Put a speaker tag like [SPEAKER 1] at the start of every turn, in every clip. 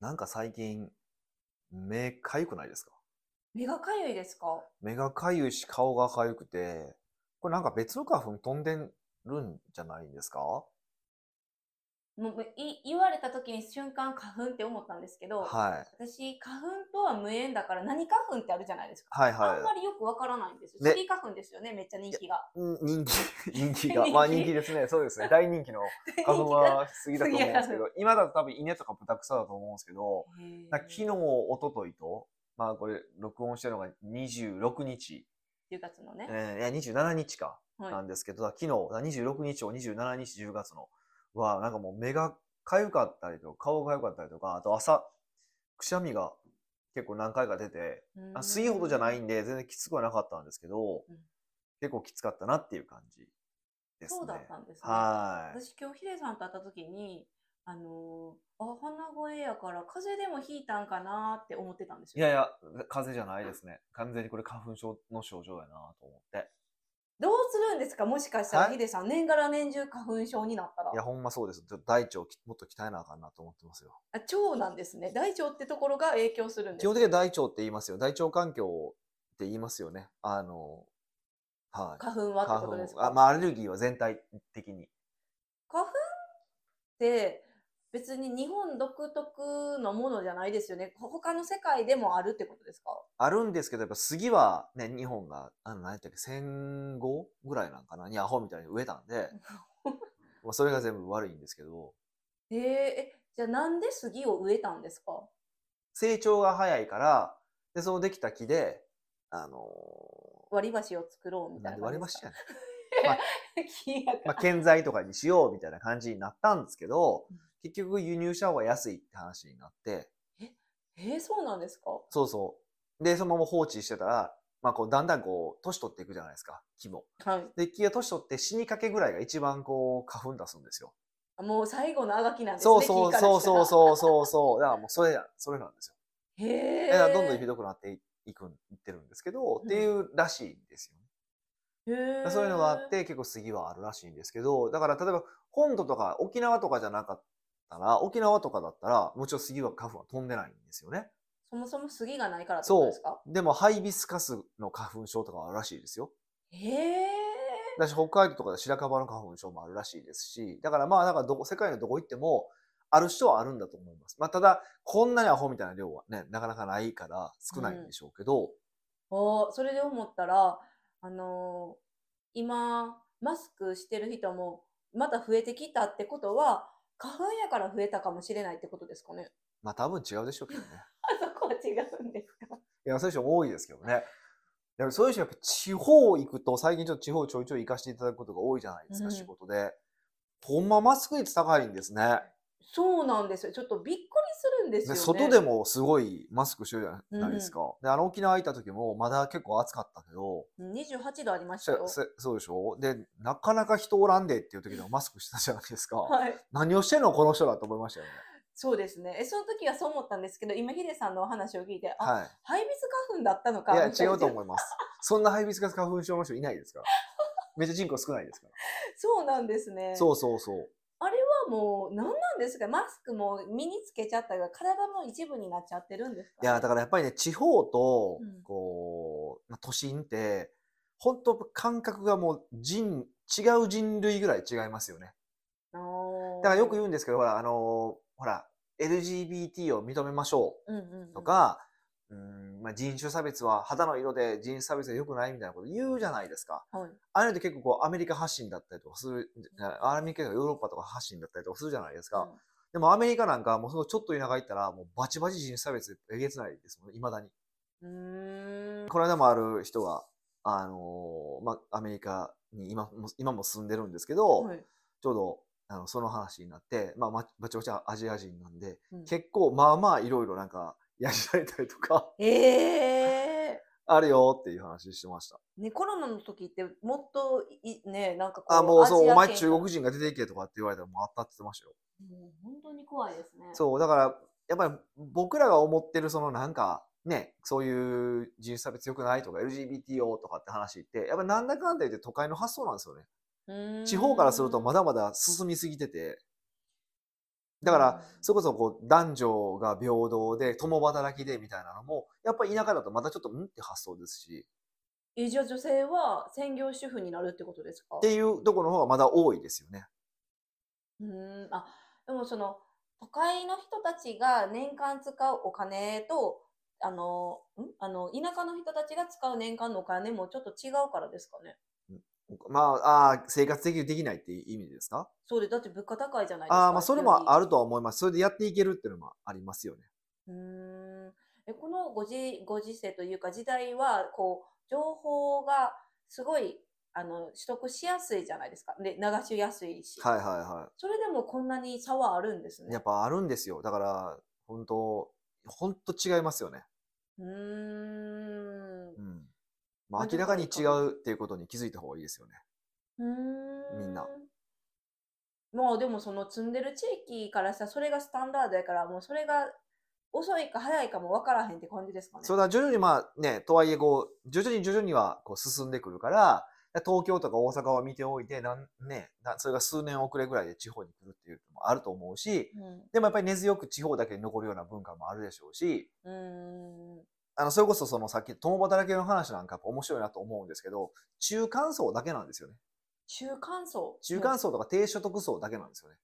[SPEAKER 1] なんか最近、目かゆくないですか
[SPEAKER 2] 目がかゆいですか
[SPEAKER 1] 目がかゆいし顔がかゆくて、これなんか別の花粉飛んでるんじゃないんですか
[SPEAKER 2] もうい言われた時に瞬間花粉って思ったんですけど、
[SPEAKER 1] はい。
[SPEAKER 2] 私花粉とは無縁だから何花粉ってあるじゃないですか、
[SPEAKER 1] はいはい。
[SPEAKER 2] あんまりよくわからないんですよ、
[SPEAKER 1] ね
[SPEAKER 2] スギ花粉ですよねめっちゃ人気が
[SPEAKER 1] うん人 気、人気が。まあ
[SPEAKER 2] 人気
[SPEAKER 1] 人気ですね。そうですね。大人気の花粉は過ぎだと思うんですけど、今だと多分稲とか豚草だと思うんですけど、
[SPEAKER 2] へー
[SPEAKER 1] なんか昨日、一昨日と、まあこれ録音してるのが26日、
[SPEAKER 2] 10月のね、
[SPEAKER 1] えーいや27日か、
[SPEAKER 2] はい
[SPEAKER 1] なんですけど、昨日26日を27日10月のは、なんかもう目がかゆかったりとか、顔が痒かったりとか、あと朝、くしゃみが結構何回か出て、
[SPEAKER 2] うん
[SPEAKER 1] あ水ほどじゃないんで全然きつくはなかったんですけど、
[SPEAKER 2] うん
[SPEAKER 1] 結構きつかったなっていう感じですね。
[SPEAKER 2] そうだったんですね
[SPEAKER 1] はい。
[SPEAKER 2] 私今日ヒデさんと会った時にあのーあ鼻声やから風邪でもひいたんかなって思ってたんです
[SPEAKER 1] い
[SPEAKER 2] よ
[SPEAKER 1] やいや、風邪じゃないですね。完全にこれ花粉症の症状やなと思って。
[SPEAKER 2] どうするんですかもしかしたら
[SPEAKER 1] はい
[SPEAKER 2] ヒデさん年がら年中花粉症になったら
[SPEAKER 1] いや、ほんまそうです。ちょっと大腸をきもっと鍛えなあかんなと思ってますよ。
[SPEAKER 2] あ腸なんですね大腸ってところが影響するんです
[SPEAKER 1] 基本的には大腸って言いますよ。大腸環境って言いますよね。あの、はい。
[SPEAKER 2] 花粉はってことですか
[SPEAKER 1] あまあ、アレルギーは全体的に。
[SPEAKER 2] 花粉って別に日本独特のものじゃないですよねほ他の世界でもあるってことですか
[SPEAKER 1] あるんですけど、やっぱ杉はね、日本が、あの、何やったっけ、戦後ぐらいなんかな、にアホみたいに植えたん で、まあそれが全部悪いんですけど、
[SPEAKER 2] えーえじゃあなんで杉を植えたんですか
[SPEAKER 1] 成長が早いから、で、そのできた木で、あの
[SPEAKER 2] 割り箸を作ろうみ
[SPEAKER 1] な
[SPEAKER 2] た
[SPEAKER 1] ん
[SPEAKER 2] い
[SPEAKER 1] で
[SPEAKER 2] な
[SPEAKER 1] 割り
[SPEAKER 2] 感じで
[SPEAKER 1] 箸
[SPEAKER 2] すか
[SPEAKER 1] やねん。
[SPEAKER 2] 木やから
[SPEAKER 1] まあ、建材とかにしようみたいな感じになったんですけど
[SPEAKER 2] うん、
[SPEAKER 1] 結局輸入した方が安いって話になって、
[SPEAKER 2] えーそうなんですか
[SPEAKER 1] そうそう。で、そのまま放置してたら、まあこう、だんだんこう、年取っていくじゃないですか、木も。
[SPEAKER 2] はい
[SPEAKER 1] で、木が年取って死にかけぐらいが一番こう、花粉出すんですよ。
[SPEAKER 2] あもう最後のあがきなんですね
[SPEAKER 1] そうそう
[SPEAKER 2] 木からした
[SPEAKER 1] そ
[SPEAKER 2] ら
[SPEAKER 1] うそうそうそうそう。だからもうそれや、それなんですよ。
[SPEAKER 2] へえ
[SPEAKER 1] だからどんどんひどくなっていくん、いってるんですけど、っていうらしいんですよね。
[SPEAKER 2] へー
[SPEAKER 1] そういうのがあって結構杉はあるらしいんですけどだから例えば本土とか沖縄とかじゃなかったら沖縄とかだったらもちろん杉は花粉は飛んでないんですよね
[SPEAKER 2] そもそも杉がないからってことですか
[SPEAKER 1] でもハイビスカスの花粉症とかはあるらしいですよ
[SPEAKER 2] へえ
[SPEAKER 1] だし北海道とかで白樺の花粉症もあるらしいですしだからまあなんかどこ世界のどこ行ってもある人はあるんだと思います、まあ、ただこんなにアホみたいな量はねなかなかないから少ないんでしょうけど、
[SPEAKER 2] ああ、それで思ったら、あのー今、マスクしてる人も、また増えてきたってことは、花粉やから増えたかもしれないってことです かね。
[SPEAKER 1] まあ多分違うでしょうけどね
[SPEAKER 2] あそこは違うんですか。
[SPEAKER 1] いや、そういう人多いですけどね。でもそういう人やっぱ地方行くと、最近ちょっと地方ちょいちょい行かせていただくことが多いじゃないですか、
[SPEAKER 2] うん
[SPEAKER 1] 仕事で。ほんまマスク率高いんですね。
[SPEAKER 2] そうなんですよ。ちょっとびっくりするんですよ
[SPEAKER 1] で
[SPEAKER 2] ね。
[SPEAKER 1] 外でもすごいマスクしてるじゃないですか。で、あの沖縄行った時もまだ結構暑かったけど、
[SPEAKER 2] うん28度ありました
[SPEAKER 1] そ
[SPEAKER 2] よ。
[SPEAKER 1] そそうでしょで、なかなか人おらんでっていう時でもマスクしてたじゃないですか。
[SPEAKER 2] はい。
[SPEAKER 1] 何をしてんのこの人だと思いましたよね。
[SPEAKER 2] そうですね。え、その時はそう思ったんですけど、今、ヒデさんのお話を聞いて、あ、
[SPEAKER 1] はい。
[SPEAKER 2] ハイビス花粉だったのか。
[SPEAKER 1] いや、
[SPEAKER 2] みたな
[SPEAKER 1] 違うと思います。そんなハイビスカス花粉症の人いないですから。めっちゃ人口少ないですから。
[SPEAKER 2] そうなんですね。
[SPEAKER 1] そうそうそう。
[SPEAKER 2] はもう、何なんですかマスクも身につけちゃったから、体の一部になっちゃってるんですか
[SPEAKER 1] いやだからやっぱりね地方と
[SPEAKER 2] うん
[SPEAKER 1] こう、まあ都心って本当感覚がもう人違う人類ぐらい違いますよね
[SPEAKER 2] だ
[SPEAKER 1] だからよく
[SPEAKER 2] う
[SPEAKER 1] 言うんですけどほらあのほら LGBT を認めましょ
[SPEAKER 2] うんうんうん
[SPEAKER 1] うと、か、うんまあ、人種差別は肌の色で人種差別は良くないみたいなこと言うじゃないですか
[SPEAKER 2] はい、
[SPEAKER 1] ああいうのって結構こうアメリカ発信だったりとかするアメリカとかヨーロッパとか発信だったりとかするじゃないですか、
[SPEAKER 2] う
[SPEAKER 1] でもアメリカなんかもうそのちょっと田舎行ったらもうバチバチ人種差別えげつないですもんいまだに。
[SPEAKER 2] んうーん
[SPEAKER 1] この間もある人が、あのーまあ、アメリカに今も今も住んでるんですけど、
[SPEAKER 2] はい
[SPEAKER 1] ちょうどあのその話になって、まあ、まばちばちアジア人なんで、
[SPEAKER 2] うん
[SPEAKER 1] 結構まあまあいろいろなんかやりられたりとか
[SPEAKER 2] え
[SPEAKER 1] あるよっていう話してました。
[SPEAKER 2] ーね、コロナの時ってもっといねなんかこ
[SPEAKER 1] あもうそうお前
[SPEAKER 2] アジ
[SPEAKER 1] 中
[SPEAKER 2] ア圏
[SPEAKER 1] 国人が出ていけとかって言われたらもうあったって言ってましたよ。
[SPEAKER 2] もう本当に怖いですね
[SPEAKER 1] そうだからやっぱり僕らが思ってるそのなんかねそういう人種差別良くないとか LGBTO とかって話ってやっぱなんだかんだ言って都会の発想なんですよね。
[SPEAKER 2] うーん
[SPEAKER 1] 地方からするとまだまだ進みすぎてて、だから、
[SPEAKER 2] うん
[SPEAKER 1] それこそこう男女が平等で共働きでみたいなのもやっぱり田舎だとまたちょっとうんって発想ですし
[SPEAKER 2] えじゃあ女性は専業主婦になるってことですか
[SPEAKER 1] っていうところの方がまだ多いですよね。
[SPEAKER 2] うーんあでもその都会の人たちが年間使うお金とあのんあの田舎の人たちが使う年間のお金もちょっと違うからですかね。
[SPEAKER 1] まあ、あー生活的にできないっていう意味ですか
[SPEAKER 2] そうでだって物価高いじゃないですか。
[SPEAKER 1] ああまあそれもあるとは思います。それでやっていけるっていうのもありますよね。
[SPEAKER 2] うーんえこのご時ご時世というか時代はこう情報がすごいあの取得しやすいじゃないですか。で流しやすいし、
[SPEAKER 1] はいはいは
[SPEAKER 2] それでもこんなに差はあるんです
[SPEAKER 1] い。や
[SPEAKER 2] ね
[SPEAKER 1] っ。ぱあるんですよ。だから本当本当違いますよね。
[SPEAKER 2] う
[SPEAKER 1] う
[SPEAKER 2] ーん
[SPEAKER 1] ん。ま
[SPEAKER 2] ま
[SPEAKER 1] あ
[SPEAKER 2] あ
[SPEAKER 1] 明らかに違
[SPEAKER 2] でも
[SPEAKER 1] うっていうことに気づいた方がいいですよね。
[SPEAKER 2] うー
[SPEAKER 1] みんな。
[SPEAKER 2] まあでもその住んでる地域からしたらそれがスタンダードやからもうそれが遅いか早いかも分からへんって感じですかね。
[SPEAKER 1] それは徐々にまあね、とはいえこう、徐々に徐々にはこう進んでくるから、東京とか大阪は見ておいて、なんね、なそれが数年遅れぐらいで地方に来るっていうのもあると思うし、
[SPEAKER 2] うん
[SPEAKER 1] でもやっぱり根強く地方だけに残るような文化もあるでしょうし、
[SPEAKER 2] うーん
[SPEAKER 1] あの、それこそそのさっき共働きの話なんかやっぱ面白いなと思うんですけど、中間層だけなんですよね。
[SPEAKER 2] 中間層
[SPEAKER 1] 中間層とか低所得層だけなんですよね。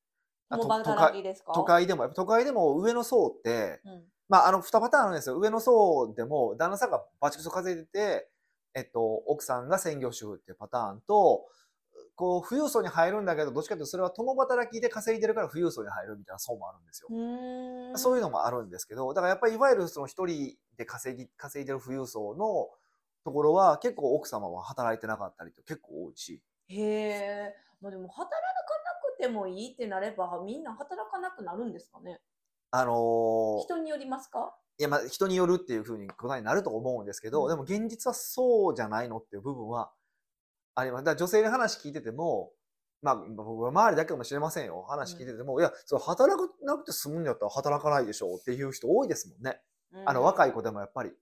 [SPEAKER 1] あ
[SPEAKER 2] も
[SPEAKER 1] と
[SPEAKER 2] うバ
[SPEAKER 1] 都
[SPEAKER 2] ラ
[SPEAKER 1] 会
[SPEAKER 2] きですか
[SPEAKER 1] 都会でも、やっぱ都会でも上の層って、
[SPEAKER 2] うん
[SPEAKER 1] まあ、あの、二パターンあるんですよ。上の層でも、旦那さんがバチクソ稼いでて、えっと、奥さんが専業主婦っていうパターンと、こう、富裕層に入るんだけど、どっちかというと、それは共働きで稼いでるから富裕層に入るみたいな層もあるんですよ
[SPEAKER 2] う。ーん
[SPEAKER 1] そういうのもあるんですけど、だからやっぱりいわゆるその一人で稼ぎ、稼いでる富裕層のところは、結構奥様は働いてなかったりと結構多いし、
[SPEAKER 2] へえまあでも働かなくてもいいってなればみんな働かなくなるんですかね
[SPEAKER 1] あのー
[SPEAKER 2] 人によりますか
[SPEAKER 1] いや、まあ、人によるっていうふうに答えになると思うんですけど、
[SPEAKER 2] うん
[SPEAKER 1] でも現実はそうじゃないのっていう部分はあります。だから女性の話聞いてても、まあ、僕は周りだけかもしれませんよ。話聞いてても、いや、そう働かなくて済むんだったら働かないでしょうっていう人多いですもんね。あの、若い子でもやっぱり。
[SPEAKER 2] うん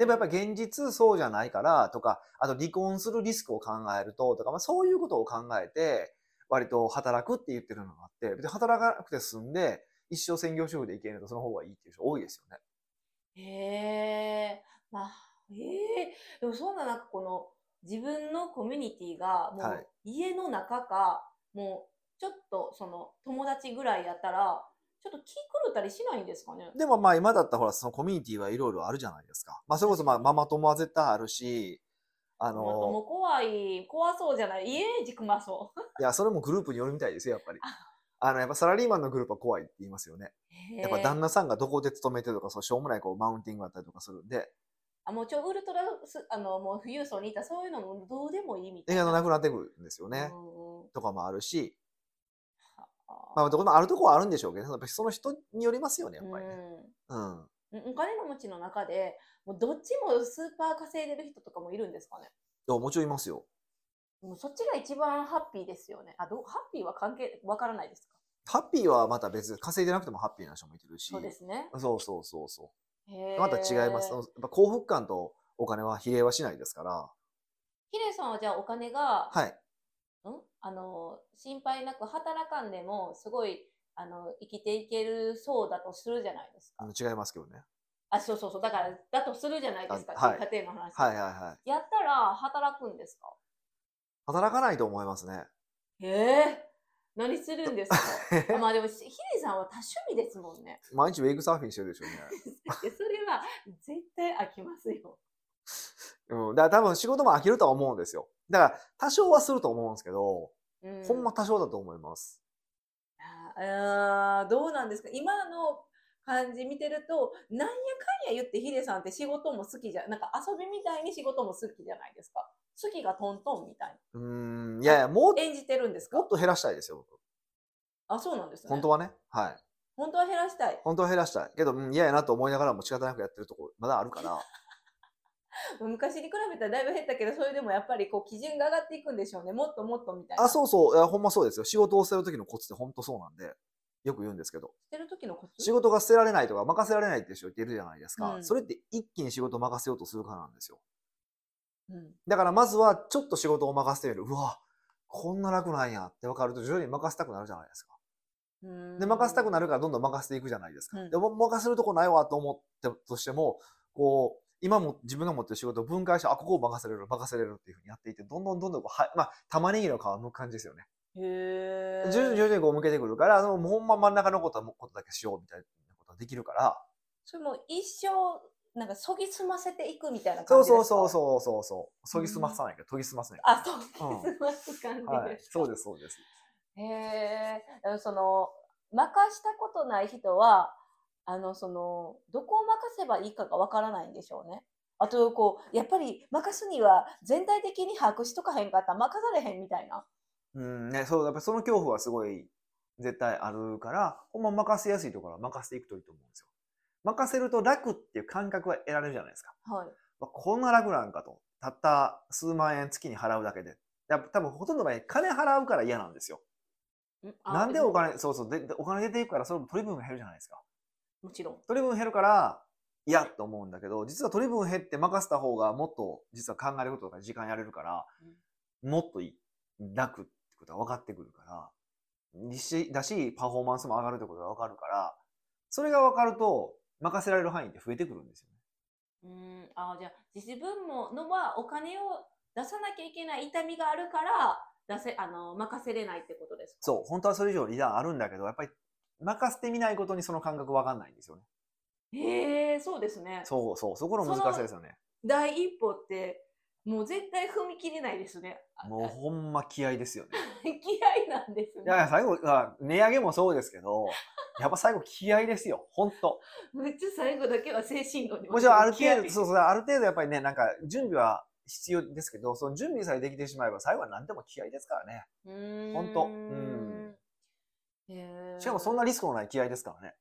[SPEAKER 1] でもやっぱり現実そうじゃないからとか、あと離婚するリスクを考えるととか、まあそういうことを考えて、割と働くって言ってるのがあって、別に働かなくて済んで、一生専業主婦でいけるとその方がいいっていう人多いですよね。
[SPEAKER 2] へえまあ、ええでもそんな中、この自分のコミュニティが、も
[SPEAKER 1] は
[SPEAKER 2] う
[SPEAKER 1] い
[SPEAKER 2] 家の中か、もうちょっとその友達ぐらいやったら、ちょっと気狂ったりしないんですかね。
[SPEAKER 1] でもまあ今だったらほらそのコミュニティはいろいろあるじゃないですか。まあそれこそまあママ友は絶対あるし、あ
[SPEAKER 2] もうも
[SPEAKER 1] の、
[SPEAKER 2] う怖い、怖そうじゃない、家軸まそう。
[SPEAKER 1] いやそれもグループによるみたいですよ、やっ ぱり。あの、やっぱサラリーマンのグループは怖いって言いますよね。やっぱ
[SPEAKER 2] へ
[SPEAKER 1] 旦
[SPEAKER 2] え
[SPEAKER 1] 那さんがどこで勤めてるとか、そうしょうもないこうマウンティングだったりとかするんで、
[SPEAKER 2] あもうちょウルトラスあのもう富裕層にいたそういうのもどうでもいいみた
[SPEAKER 1] 映
[SPEAKER 2] い
[SPEAKER 1] 画
[SPEAKER 2] な。
[SPEAKER 1] のなくなってくるんですよね。
[SPEAKER 2] うん
[SPEAKER 1] とかもあるし、ま
[SPEAKER 2] あ
[SPEAKER 1] あ、どこもあるとこはあるんでしょうけど、やっぱりその人によりますよね、やっぱりね。
[SPEAKER 2] うん
[SPEAKER 1] うん。
[SPEAKER 2] お金の持ちの中で、もうどっちもスーパー稼いでる人とかもいるんですかね。
[SPEAKER 1] でももちろんいますよ。
[SPEAKER 2] もうそっちが一番ハッピーですよね。あ、どうハッピーは関係、わからないですか
[SPEAKER 1] ハッピーはまた別で、稼いでなくてもハッピーな人もいてるし。
[SPEAKER 2] そうですね。
[SPEAKER 1] そうそうそうそ
[SPEAKER 2] へ
[SPEAKER 1] う。
[SPEAKER 2] ー
[SPEAKER 1] また違います。やっぱ幸福感とお金は比例はしないですから。
[SPEAKER 2] ヒデさんはじゃあお金が、
[SPEAKER 1] はい。
[SPEAKER 2] んあの、心配なく働かんでも、すごい、あの、生きていけるそうだとするじゃないです
[SPEAKER 1] あ
[SPEAKER 2] か
[SPEAKER 1] の。違いますけどね。
[SPEAKER 2] あ、そうそうそう。だから、だとするじゃないですか。
[SPEAKER 1] あはい
[SPEAKER 2] 家庭の話。
[SPEAKER 1] はいはいはい。
[SPEAKER 2] やったら、働くんですか
[SPEAKER 1] 働かないと思いますね。
[SPEAKER 2] へえ。何するん ですかあまあでも、しヒデさんは多趣味ですもんね。
[SPEAKER 1] 毎日ウェイクサーフィンしてるでしょうね。
[SPEAKER 2] いやそれは、絶対飽きますよ。
[SPEAKER 1] うん。だから多分仕事も飽きるとは思うんですよ。だから多少はすると思うんですけど、
[SPEAKER 2] う
[SPEAKER 1] ほんま多少だと思います。
[SPEAKER 2] あーどうなんですか今の感じ見てるとなんやかんや言ってヒデさんって仕事も好きじゃなんか遊びみたいに仕事も好きじゃないですか好きがトントンみたいう
[SPEAKER 1] ーん、いやいや、もっ
[SPEAKER 2] に演じてるんです
[SPEAKER 1] と、も
[SPEAKER 2] か
[SPEAKER 1] っと減らしたいですよ、僕
[SPEAKER 2] あそうなんですね
[SPEAKER 1] 本当はね。はい。
[SPEAKER 2] 本当は減らしたい
[SPEAKER 1] 本当は減らしたい。けど、うん嫌やなと思いながらも仕方なくやってるとこ、まだある から。
[SPEAKER 2] 昔に比べたらだいぶ減ったけどそれでもやっぱりこう基準が上がっていくんでしょうねもっともっとみたいな
[SPEAKER 1] あ、そうそう。いや、ほんまそうですよ。仕事を捨てる時のコツって本当そうなんで、よく言うんですけど。
[SPEAKER 2] してる時のコツ
[SPEAKER 1] 仕事が捨てられないとか、任せられないって人っているじゃないですか。
[SPEAKER 2] うん
[SPEAKER 1] それって一気に仕事を任せようとするからなんですよ。
[SPEAKER 2] うん
[SPEAKER 1] だから、まずは、ちょっと仕事を任せてみる。うわ、こんな楽なんやって分かると、徐々に任せたくなるじゃないですか。で任せたくなるからどんどん任せていくじゃないですか。
[SPEAKER 2] うん
[SPEAKER 1] でも任せるとこないわと思ってとしてもこう今も自分が持ってる仕事を分解してあここを任せれる任せれるっていうふうにやっていってどんどんどんどんこうはいまあ玉ねぎの皮むく感じですよね。
[SPEAKER 2] へえ。
[SPEAKER 1] 徐々に徐々にこう向けてくるからもうほんま真ん中のことはもうことだけしようみたいなことができるから。
[SPEAKER 2] それもう一生なんか研ぎ澄ませていくみたいな
[SPEAKER 1] そ
[SPEAKER 2] 感
[SPEAKER 1] う
[SPEAKER 2] じです
[SPEAKER 1] そ
[SPEAKER 2] か
[SPEAKER 1] うそうそうそうそう。そぎすまさないから研ぎ澄ませない。
[SPEAKER 2] あ研ぎ
[SPEAKER 1] うん
[SPEAKER 2] 澄ます感
[SPEAKER 1] は
[SPEAKER 2] じ
[SPEAKER 1] い
[SPEAKER 2] で、すか、
[SPEAKER 1] そうですそうです。
[SPEAKER 2] へえ。でもその任したことない人はあのそのどこを任せばいいかがわからないんでしょうね。あとこうやっぱり任すには全体的に把握しとかへんかったら任されへんみたいな。
[SPEAKER 1] うんね、そうやっぱりその恐怖はすごい絶対あるからほんま任せやすいところは任せていくといいと思うんですよ。任せると楽っていう感覚は得られるじゃないですか。
[SPEAKER 2] はい。
[SPEAKER 1] まあこんな楽なんかと。たった数万円月に払うだけで。やっぱ多分ほとんどの場合金払うから嫌なんですよ。
[SPEAKER 2] あ
[SPEAKER 1] なんでお金、そうそう、ででお金出ていくからその取り分が減るじゃないですか。
[SPEAKER 2] もちろん。
[SPEAKER 1] 取り分減るから嫌と思うんだけど、実は取り分減って任せた方がもっと実は考えることとか時間やれるから、もっといい楽ってことが分かってくるから、にしだし、パフォーマンスも上がるってことが分かるから、それが分かると、任せられる範囲って増えてくるんですよね。
[SPEAKER 2] うん、あーじゃあ自分ものはお金を出さなきゃいけない痛みがあるから出せあの任せれないってことですか
[SPEAKER 1] そう、本当はそれ以上リーダーあるんだけど、やっぱり任せてみないことにその感覚分かんないんですよね。
[SPEAKER 2] へえそうですね
[SPEAKER 1] そうそう、そこの難しさですよね。
[SPEAKER 2] 第一歩ってもう絶対踏み切れないですね あ
[SPEAKER 1] もう
[SPEAKER 2] あ
[SPEAKER 1] ほんま気合ですよね。
[SPEAKER 2] 気合なんですね
[SPEAKER 1] いやいや、最後、あ値上げもそうですけ ど、やっぱ最後気合ですよ、本当。
[SPEAKER 2] めっちゃ最後だけは精神論に
[SPEAKER 1] もちろんある
[SPEAKER 2] 気合
[SPEAKER 1] 程度、そうそう、ある程度やっぱりね、なんか準備は必要ですけど、その準備さえできてしまえば最後は何でも気合ですからね。
[SPEAKER 2] うーん
[SPEAKER 1] ほんとうん
[SPEAKER 2] へえ
[SPEAKER 1] しかもそんなリスクのない気合ですからね。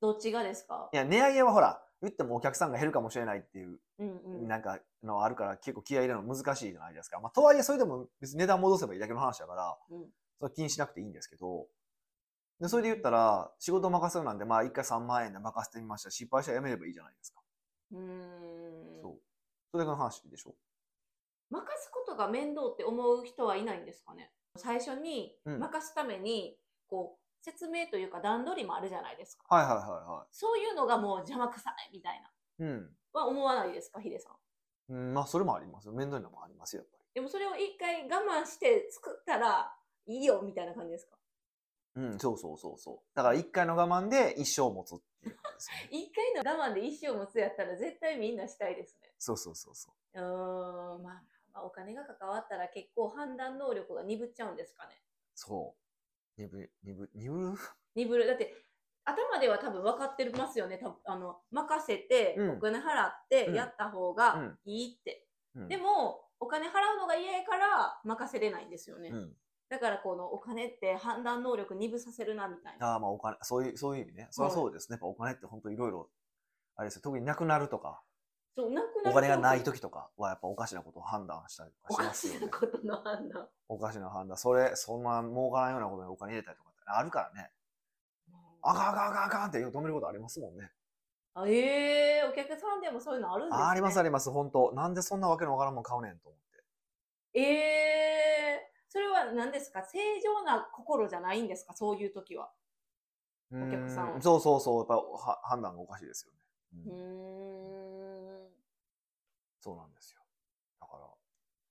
[SPEAKER 2] どっちがですか
[SPEAKER 1] いや、値上げはほら、言ってもお客さんが減るかもしれないっていう、
[SPEAKER 2] うんうん
[SPEAKER 1] なんかのあるから結構気合入れるの難しいじゃないですか。まあ、とはいえそれでも別に値段戻せばいいだけの話だから、
[SPEAKER 2] うん
[SPEAKER 1] それ気にしなくていいんですけど、でそれで言ったら、仕事を任せるなんで、まあ、一回3万円で任せてみました。失敗したらやめればいいじゃないですか。
[SPEAKER 2] うーん
[SPEAKER 1] そう。それだけの話でしょ。
[SPEAKER 2] 任すことが面倒って思う人はいないんですかね最初に
[SPEAKER 1] うん
[SPEAKER 2] 任すためにこう説明というか段取りもあるじゃないですか
[SPEAKER 1] はいはいは
[SPEAKER 2] そういうのがもう邪魔くさいみたい
[SPEAKER 1] いはい。うん。
[SPEAKER 2] なは思わないですかヒデさん
[SPEAKER 1] うん、まあ、それもありますよ。面倒なのもありますよ、やっぱ
[SPEAKER 2] でもそれを一回我慢して作ったらいいよみたいな感じですか。
[SPEAKER 1] り。うん、そうそうそうそう。だから、一回の我慢で一生持つっていうことですよね
[SPEAKER 2] 一回の我慢で一生持つやったら絶対みんなしたいですね
[SPEAKER 1] そうそうそうそう
[SPEAKER 2] ーんまあまあお金が関わったら結構判断能力が鈍っちゃうんですかね
[SPEAKER 1] う。そう。鈍い、鈍い、鈍い。
[SPEAKER 2] 鈍るだって頭では多分分かってますよね多分あの任せて、
[SPEAKER 1] うん
[SPEAKER 2] お金払っ
[SPEAKER 1] う
[SPEAKER 2] て
[SPEAKER 1] ん
[SPEAKER 2] やった方
[SPEAKER 1] う
[SPEAKER 2] が
[SPEAKER 1] ん
[SPEAKER 2] いいって、
[SPEAKER 1] うん
[SPEAKER 2] でもお金払うのが嫌やから任せれないんですよね、
[SPEAKER 1] うん。
[SPEAKER 2] だからこのお金って判断能力鈍させるなみたいな
[SPEAKER 1] ああ、まあ、お金、そういう、そういう意味ね。そりゃそうですね。やっぱお金って本当いろいろ、あれですよ。特になくなるとか、
[SPEAKER 2] そうなくな
[SPEAKER 1] お
[SPEAKER 2] る
[SPEAKER 1] 金がない時とかは、やっぱおかしなことを判断したりとか
[SPEAKER 2] お
[SPEAKER 1] し
[SPEAKER 2] か
[SPEAKER 1] ます
[SPEAKER 2] し
[SPEAKER 1] よ
[SPEAKER 2] な
[SPEAKER 1] ね。
[SPEAKER 2] ことの判断
[SPEAKER 1] おかしな判断。それ、そんな儲からんようなことにお金入れたりとかってあるからね。あかんあかんあかんあかんって止めることありますもんね。
[SPEAKER 2] あええお客さんでもそういうのあるんですね
[SPEAKER 1] あありますあります、本当なんでそんなわけのわからんもん買うねんと思って。
[SPEAKER 2] ええそれは何ですか正常な心じゃないんですかそういう時はお客さんを
[SPEAKER 1] うそうそうそう、やっぱは判断がおかしいですよね。
[SPEAKER 2] う
[SPEAKER 1] うん
[SPEAKER 2] ーん
[SPEAKER 1] そうなんですよ。だか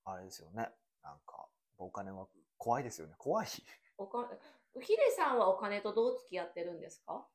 [SPEAKER 1] ら、あれですよね。なんか、お金は怖いですよね。怖い。
[SPEAKER 2] おかヒデさんはお金とどう付き合ってるんですか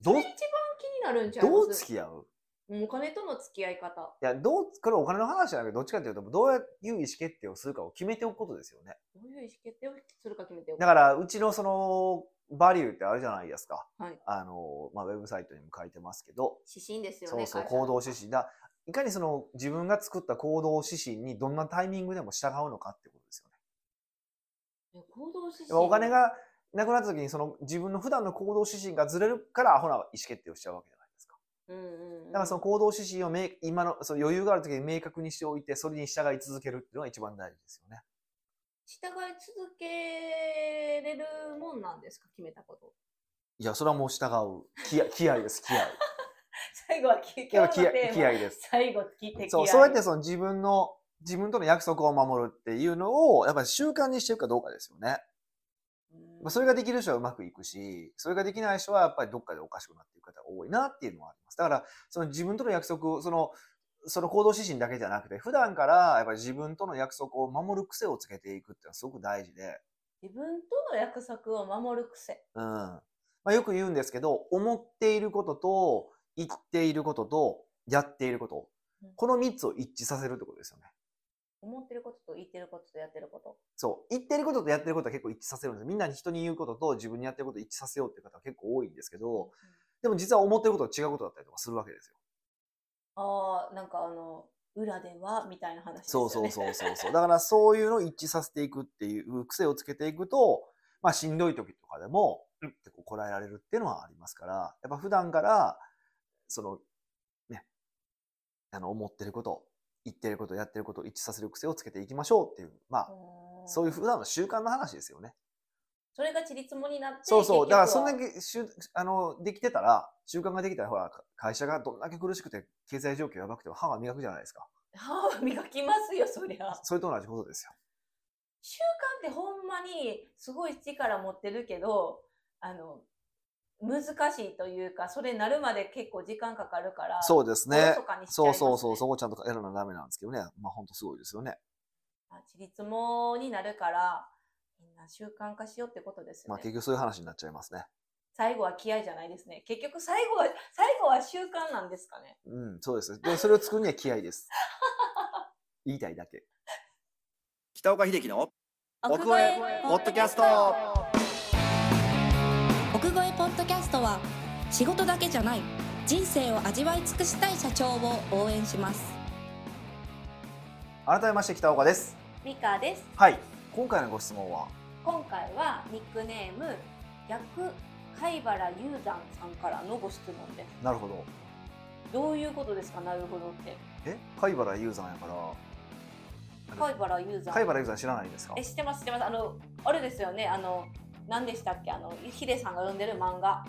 [SPEAKER 1] どう
[SPEAKER 2] それ一番気になるんちゃい
[SPEAKER 1] ど
[SPEAKER 2] ます
[SPEAKER 1] う付き合う
[SPEAKER 2] うんお金との付き合い方。
[SPEAKER 1] いや、どう、これお金の話じゃなくて、どっちかというと、どういう意思決定をするかを決めておくことですよね。
[SPEAKER 2] どういう意思決定をするか決めておく
[SPEAKER 1] だから、うちのその、バリューってあるじゃないですか。
[SPEAKER 2] はい
[SPEAKER 1] あの、まあ、ウェブサイトにも書いてますけど、
[SPEAKER 2] 指針ですよ
[SPEAKER 1] そ
[SPEAKER 2] ね。
[SPEAKER 1] うそう、
[SPEAKER 2] 会社の
[SPEAKER 1] 行動指針だ。いかにその自分が作った行動指針にどんなタイミングでも従うのかってことですよね。
[SPEAKER 2] え行動指針
[SPEAKER 1] やっぱお金。がなくなった時にその自分の普段の行動指針がずれるからアホな意思決定をしちゃうわけじゃないですか。
[SPEAKER 2] うんうんう
[SPEAKER 1] だ
[SPEAKER 2] ん、
[SPEAKER 1] からその行動指針を明今のその余裕がある時に明確にしておいてそれに従い続けるっていうのが一番大事ですよね。
[SPEAKER 2] 従い続けれるもんなんですか決めたこと。
[SPEAKER 1] いや、それはもう従う。 気合気合です、気合。
[SPEAKER 2] 最後は聞
[SPEAKER 1] いや気合気合です。
[SPEAKER 2] 最後聞いて
[SPEAKER 1] そう、そうやってその自分の、自分との約束を守るっていうのを、やっぱり習慣にしていくかどうかですよね。
[SPEAKER 2] うーん
[SPEAKER 1] まあ、それができる人はうまくいくし、それができない人はやっぱりどっかでおかしくなっていく方が多いなっていうのはあります。だから、その自分との約束、その、その行動指針だけじゃなくて、普段からやっぱり自分との約束を守る癖をつけていくっていうのはすごく大事で、
[SPEAKER 2] 自分との約束を守る癖。
[SPEAKER 1] うん。まあ、よく言うんですけど、思っていることと、言っていることと、やっていること、
[SPEAKER 2] うん
[SPEAKER 1] この3つを一致させるってことですよね。
[SPEAKER 2] 思ってることと言ってることとやってること。
[SPEAKER 1] そう。言ってることとやってることは結構一致させるんです。みんなに人に言うことと自分にやってることを一致させようっていう方は結構多いんですけど、でも実は思ってることは違うことだったりとかするわけですよ。
[SPEAKER 2] ああ、なんかあの、裏ではみたいな話ですよ
[SPEAKER 1] そ
[SPEAKER 2] ね。
[SPEAKER 1] うそうそうそうそう。だからそういうのを一致させていくっていう癖をつけていくと、まあしんどい時とかでも、うんってこうこらえられるっていうのはありますから、やっぱ普段から、その、ね、あの、思ってること、言ってること、やってることを一致させる癖をつけていきましょうっていう、まあ、
[SPEAKER 2] う
[SPEAKER 1] そういう
[SPEAKER 2] ふ
[SPEAKER 1] 普段の習慣の話ですよね。
[SPEAKER 2] それがちりつもになって
[SPEAKER 1] そうそう。だから、
[SPEAKER 2] 結
[SPEAKER 1] そん
[SPEAKER 2] 局は
[SPEAKER 1] だけしゅ、あの、できてたら、習慣ができたら、ほら、会社がどんだけ苦しくて、経済状況やばくても歯が磨くじゃないですか。
[SPEAKER 2] 歯を 磨きますよ、そりゃ。
[SPEAKER 1] それと同じことですよ。
[SPEAKER 2] 習慣ってほんまにすごい力持ってるけど、あの、難しいというか、それなるまで結構時間かかるから、
[SPEAKER 1] そううです
[SPEAKER 2] おろ
[SPEAKER 1] ね
[SPEAKER 2] そ。かにしちゃい
[SPEAKER 1] そうそ
[SPEAKER 2] ますね
[SPEAKER 1] うそう、そこちゃんとやるのはダメなんですけどね。まあ、ほんとすごいですよね。
[SPEAKER 2] あちりつもになるから、みんな習慣化しようってことです
[SPEAKER 1] ま
[SPEAKER 2] よ
[SPEAKER 1] あ、
[SPEAKER 2] ね。
[SPEAKER 1] 結局そういう話になっちゃいますね。
[SPEAKER 2] 最後は気合じゃないですね。結局最後は、最後は習慣なんですかね。
[SPEAKER 1] うん、そうです。でも、それを作るには気合です。 言いたいだけ。
[SPEAKER 3] 北岡秀樹の奥越えポッドキャスト
[SPEAKER 4] 奥越えポッドキャストは仕事だけじゃない人生を味わい尽くしたい社長を応援します
[SPEAKER 1] 改めまして、北岡です。
[SPEAKER 2] ミカです。
[SPEAKER 1] はい。今回のご質問は、
[SPEAKER 2] 今回はニックネーム逆貝原雄山さんからのご質問です
[SPEAKER 1] なるほど。
[SPEAKER 2] どういうことですかなるほどって
[SPEAKER 1] え貝原雄山やから、
[SPEAKER 2] 貝原雄山
[SPEAKER 1] 貝原雄山知らないんですか
[SPEAKER 2] え知ってます知ってますあのあれですよねあの何でしたっけあのヒデさんが読んでる漫画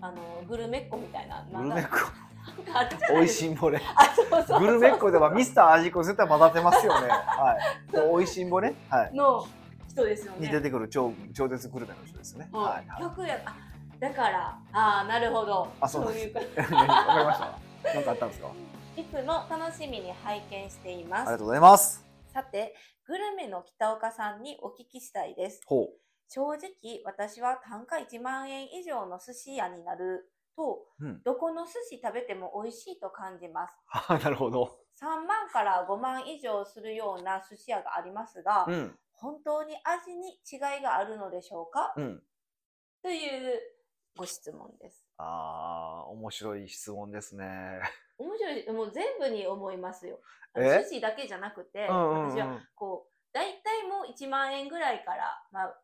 [SPEAKER 2] あのグルメっ子みたいな
[SPEAKER 1] グルメっ 子、
[SPEAKER 2] 子あったじゃない
[SPEAKER 1] 美
[SPEAKER 2] で
[SPEAKER 1] 味
[SPEAKER 2] す
[SPEAKER 1] しんぼね。
[SPEAKER 2] かあそうそうそう
[SPEAKER 1] グルメっ子ではミスター味子絶対混ざってますよね。はい。で美味しんぼね。はい。
[SPEAKER 2] の人ですよね
[SPEAKER 1] に出てくる超超絶グルメの人ですよね。
[SPEAKER 2] うん
[SPEAKER 1] はい。はい
[SPEAKER 2] 逆やあだからああなるほど
[SPEAKER 1] あそうなんです
[SPEAKER 2] いうか
[SPEAKER 1] わかりました。なんかあったんですか。
[SPEAKER 2] いつも楽しみに拝見してい
[SPEAKER 1] あ
[SPEAKER 2] ま
[SPEAKER 1] り
[SPEAKER 2] す
[SPEAKER 1] がとうございます。
[SPEAKER 2] さて、グルメの北岡さんにお聞きしたいです。
[SPEAKER 1] ほう。
[SPEAKER 2] 正直、私は単価1万円以上の寿司屋になると、
[SPEAKER 1] うん
[SPEAKER 2] どこの寿司食べても美味しいと感じます。
[SPEAKER 1] あなるほど。
[SPEAKER 2] 3万から5万以上するような寿司屋がありますが、
[SPEAKER 1] うん
[SPEAKER 2] 本当に味に違いがあるのでしょうか
[SPEAKER 1] うん。
[SPEAKER 2] というご質問です。
[SPEAKER 1] ああ面白い質問ですね。
[SPEAKER 2] 面白い、もう全部に思いますよ。あ
[SPEAKER 1] え
[SPEAKER 2] の寿司だけじゃなくて、私はこう、大体もう1万円ぐらいから、まあ、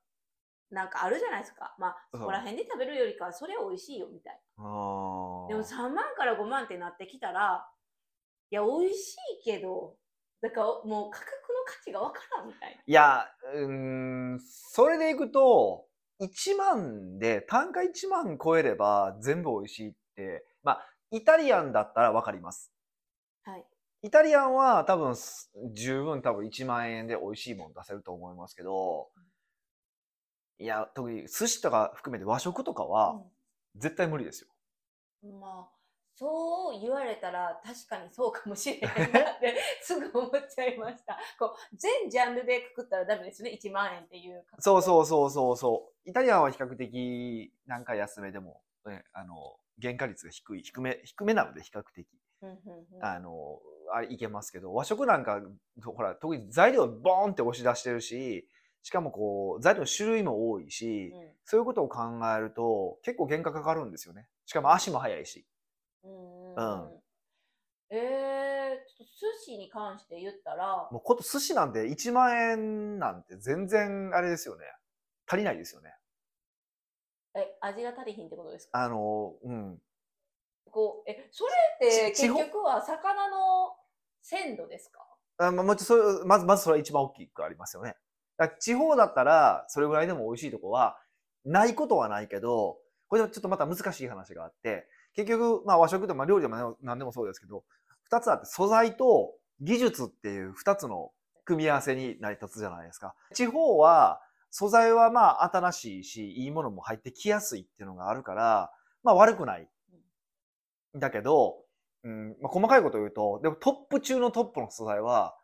[SPEAKER 2] なんかあるじゃないですか。まあ、
[SPEAKER 1] うん
[SPEAKER 2] そこら辺で食べるよりかは、それ美味しいよ、みたい
[SPEAKER 1] あ
[SPEAKER 2] な。
[SPEAKER 1] あ。
[SPEAKER 2] でも3万から5万ってなってきたら、いや、美味しいけど、だからもう価格の価値がわからんみたいな。
[SPEAKER 1] いやうーんそれでいくと1万で単価1万超えれば全部美味しいってまあイタリアンだったらわかります。
[SPEAKER 2] はい。
[SPEAKER 1] イタリアンは多分す十分多分1万円で美味しいもの出せると思いますけど、いや、特に寿司とか含めて和食とかは絶対無理ですよ。
[SPEAKER 2] うんまあ、そう言われたら、確かにそうかもしれへんな って、すぐ思っちゃいました。こう、全ジャンルでくくったらダメですね、1万円っていう価格。
[SPEAKER 1] そうそうそうそうそう。イタリアンは比較的何回安めでも、ね、あの、原価率が低い、低め、低めなので比較的、
[SPEAKER 2] うんうんうん
[SPEAKER 1] あの、あれいけますけど、和食なんか、ほら、特に材料ボーンって押し出してるし、しかもこう、材料の種類も多いし、そういうことを考えると、結構原価かかるんですよね。しかも足も速いし。
[SPEAKER 2] う
[SPEAKER 1] うん
[SPEAKER 2] んうんうんえー、ちょっと寿司に関して言ったら、
[SPEAKER 1] もうこと寿司なんて1万円なんて全然あれですよね。足りないですよね。
[SPEAKER 2] え、味が足りひんってことですか
[SPEAKER 1] あの、うん。
[SPEAKER 2] こう、え、それって
[SPEAKER 1] ち地
[SPEAKER 2] 結
[SPEAKER 1] 方
[SPEAKER 2] 局は魚の鮮度ですか
[SPEAKER 1] あまあ、もちろんそれまず、まずそれは一番大きくありますよね。だから地方だったら、それぐらいでも美味しいとこは、ないことはないけど、これでもちょっとまた難しい話があって、結局、まあ和食でもまあ料理でも何でもそうですけど、二つあって素材と技術っていう二つの組み合わせに成り立つじゃないですか。地方は、素材はまあ新しいし、いいものも入ってきやすいっていうのがあるから、まあ悪くない。だけど、うんまあ、細かいことを言うと、でもトップ中のトップの素材は、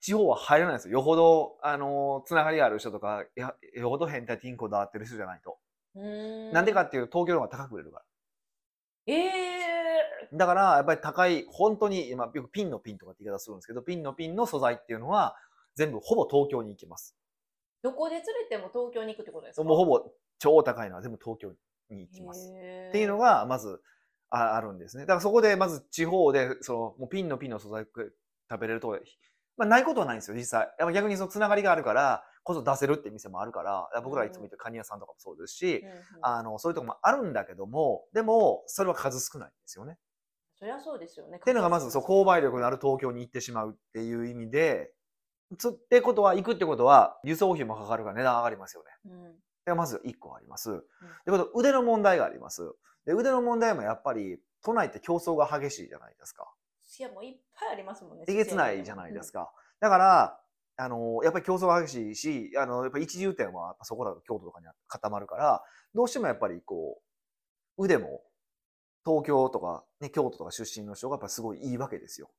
[SPEAKER 1] 地方は入らないんですよ。よほど、あのーつながりがある人とか、いやよほど変態ティンコだってる人じゃないと。
[SPEAKER 2] うん
[SPEAKER 1] なんでかっていうと、東京の方が高く売れるから。
[SPEAKER 2] ええ
[SPEAKER 1] だから、やっぱり高い、本当に、今、よくピンのピンとかって言い方するんですけど、ピンのピンの素材っていうのは、全部ほぼ東京に行きます。
[SPEAKER 2] どこで連れても東京に行くってことですか
[SPEAKER 1] もうほぼ超高いのは全部東京に行きます。っ
[SPEAKER 2] って
[SPEAKER 1] いうのが、まずああるんですね。だからそこで、まず地方で、その、もうピンのピンの素材食べれるとこで、まあ、ないことはないんですよ、実際。やっぱ逆にそのつながりがあるから、こそ出せるって店もあるから、僕らいつも言ってるカニ屋さんとかもそうですし、あの、そういうとこもあるんだけども、でも、それは数少ないんですよね。
[SPEAKER 2] そりゃそうですよね。っ
[SPEAKER 1] っていうのがまずそう購買力のある東京に行ってしまうっていう意味で、つってことは、行くってことは、輸送費もかかるから値段上がりますよね。
[SPEAKER 2] うん
[SPEAKER 1] でまず1個あります。で、こと腕の問題があります。で、腕の問題もやっぱり、都内って競争が激しいじゃないですか。
[SPEAKER 2] いやもういっぱいありますもんね。
[SPEAKER 1] えげつないじゃないですか。だから、あのやっぱり競争が激しいし、あのやっぱ一重点はやっぱそこらの京都とかに固まるから、どうしてもやっぱりこう、腕も東京とか、ね、京都とか出身の人がやっぱすごいいいわけですよ。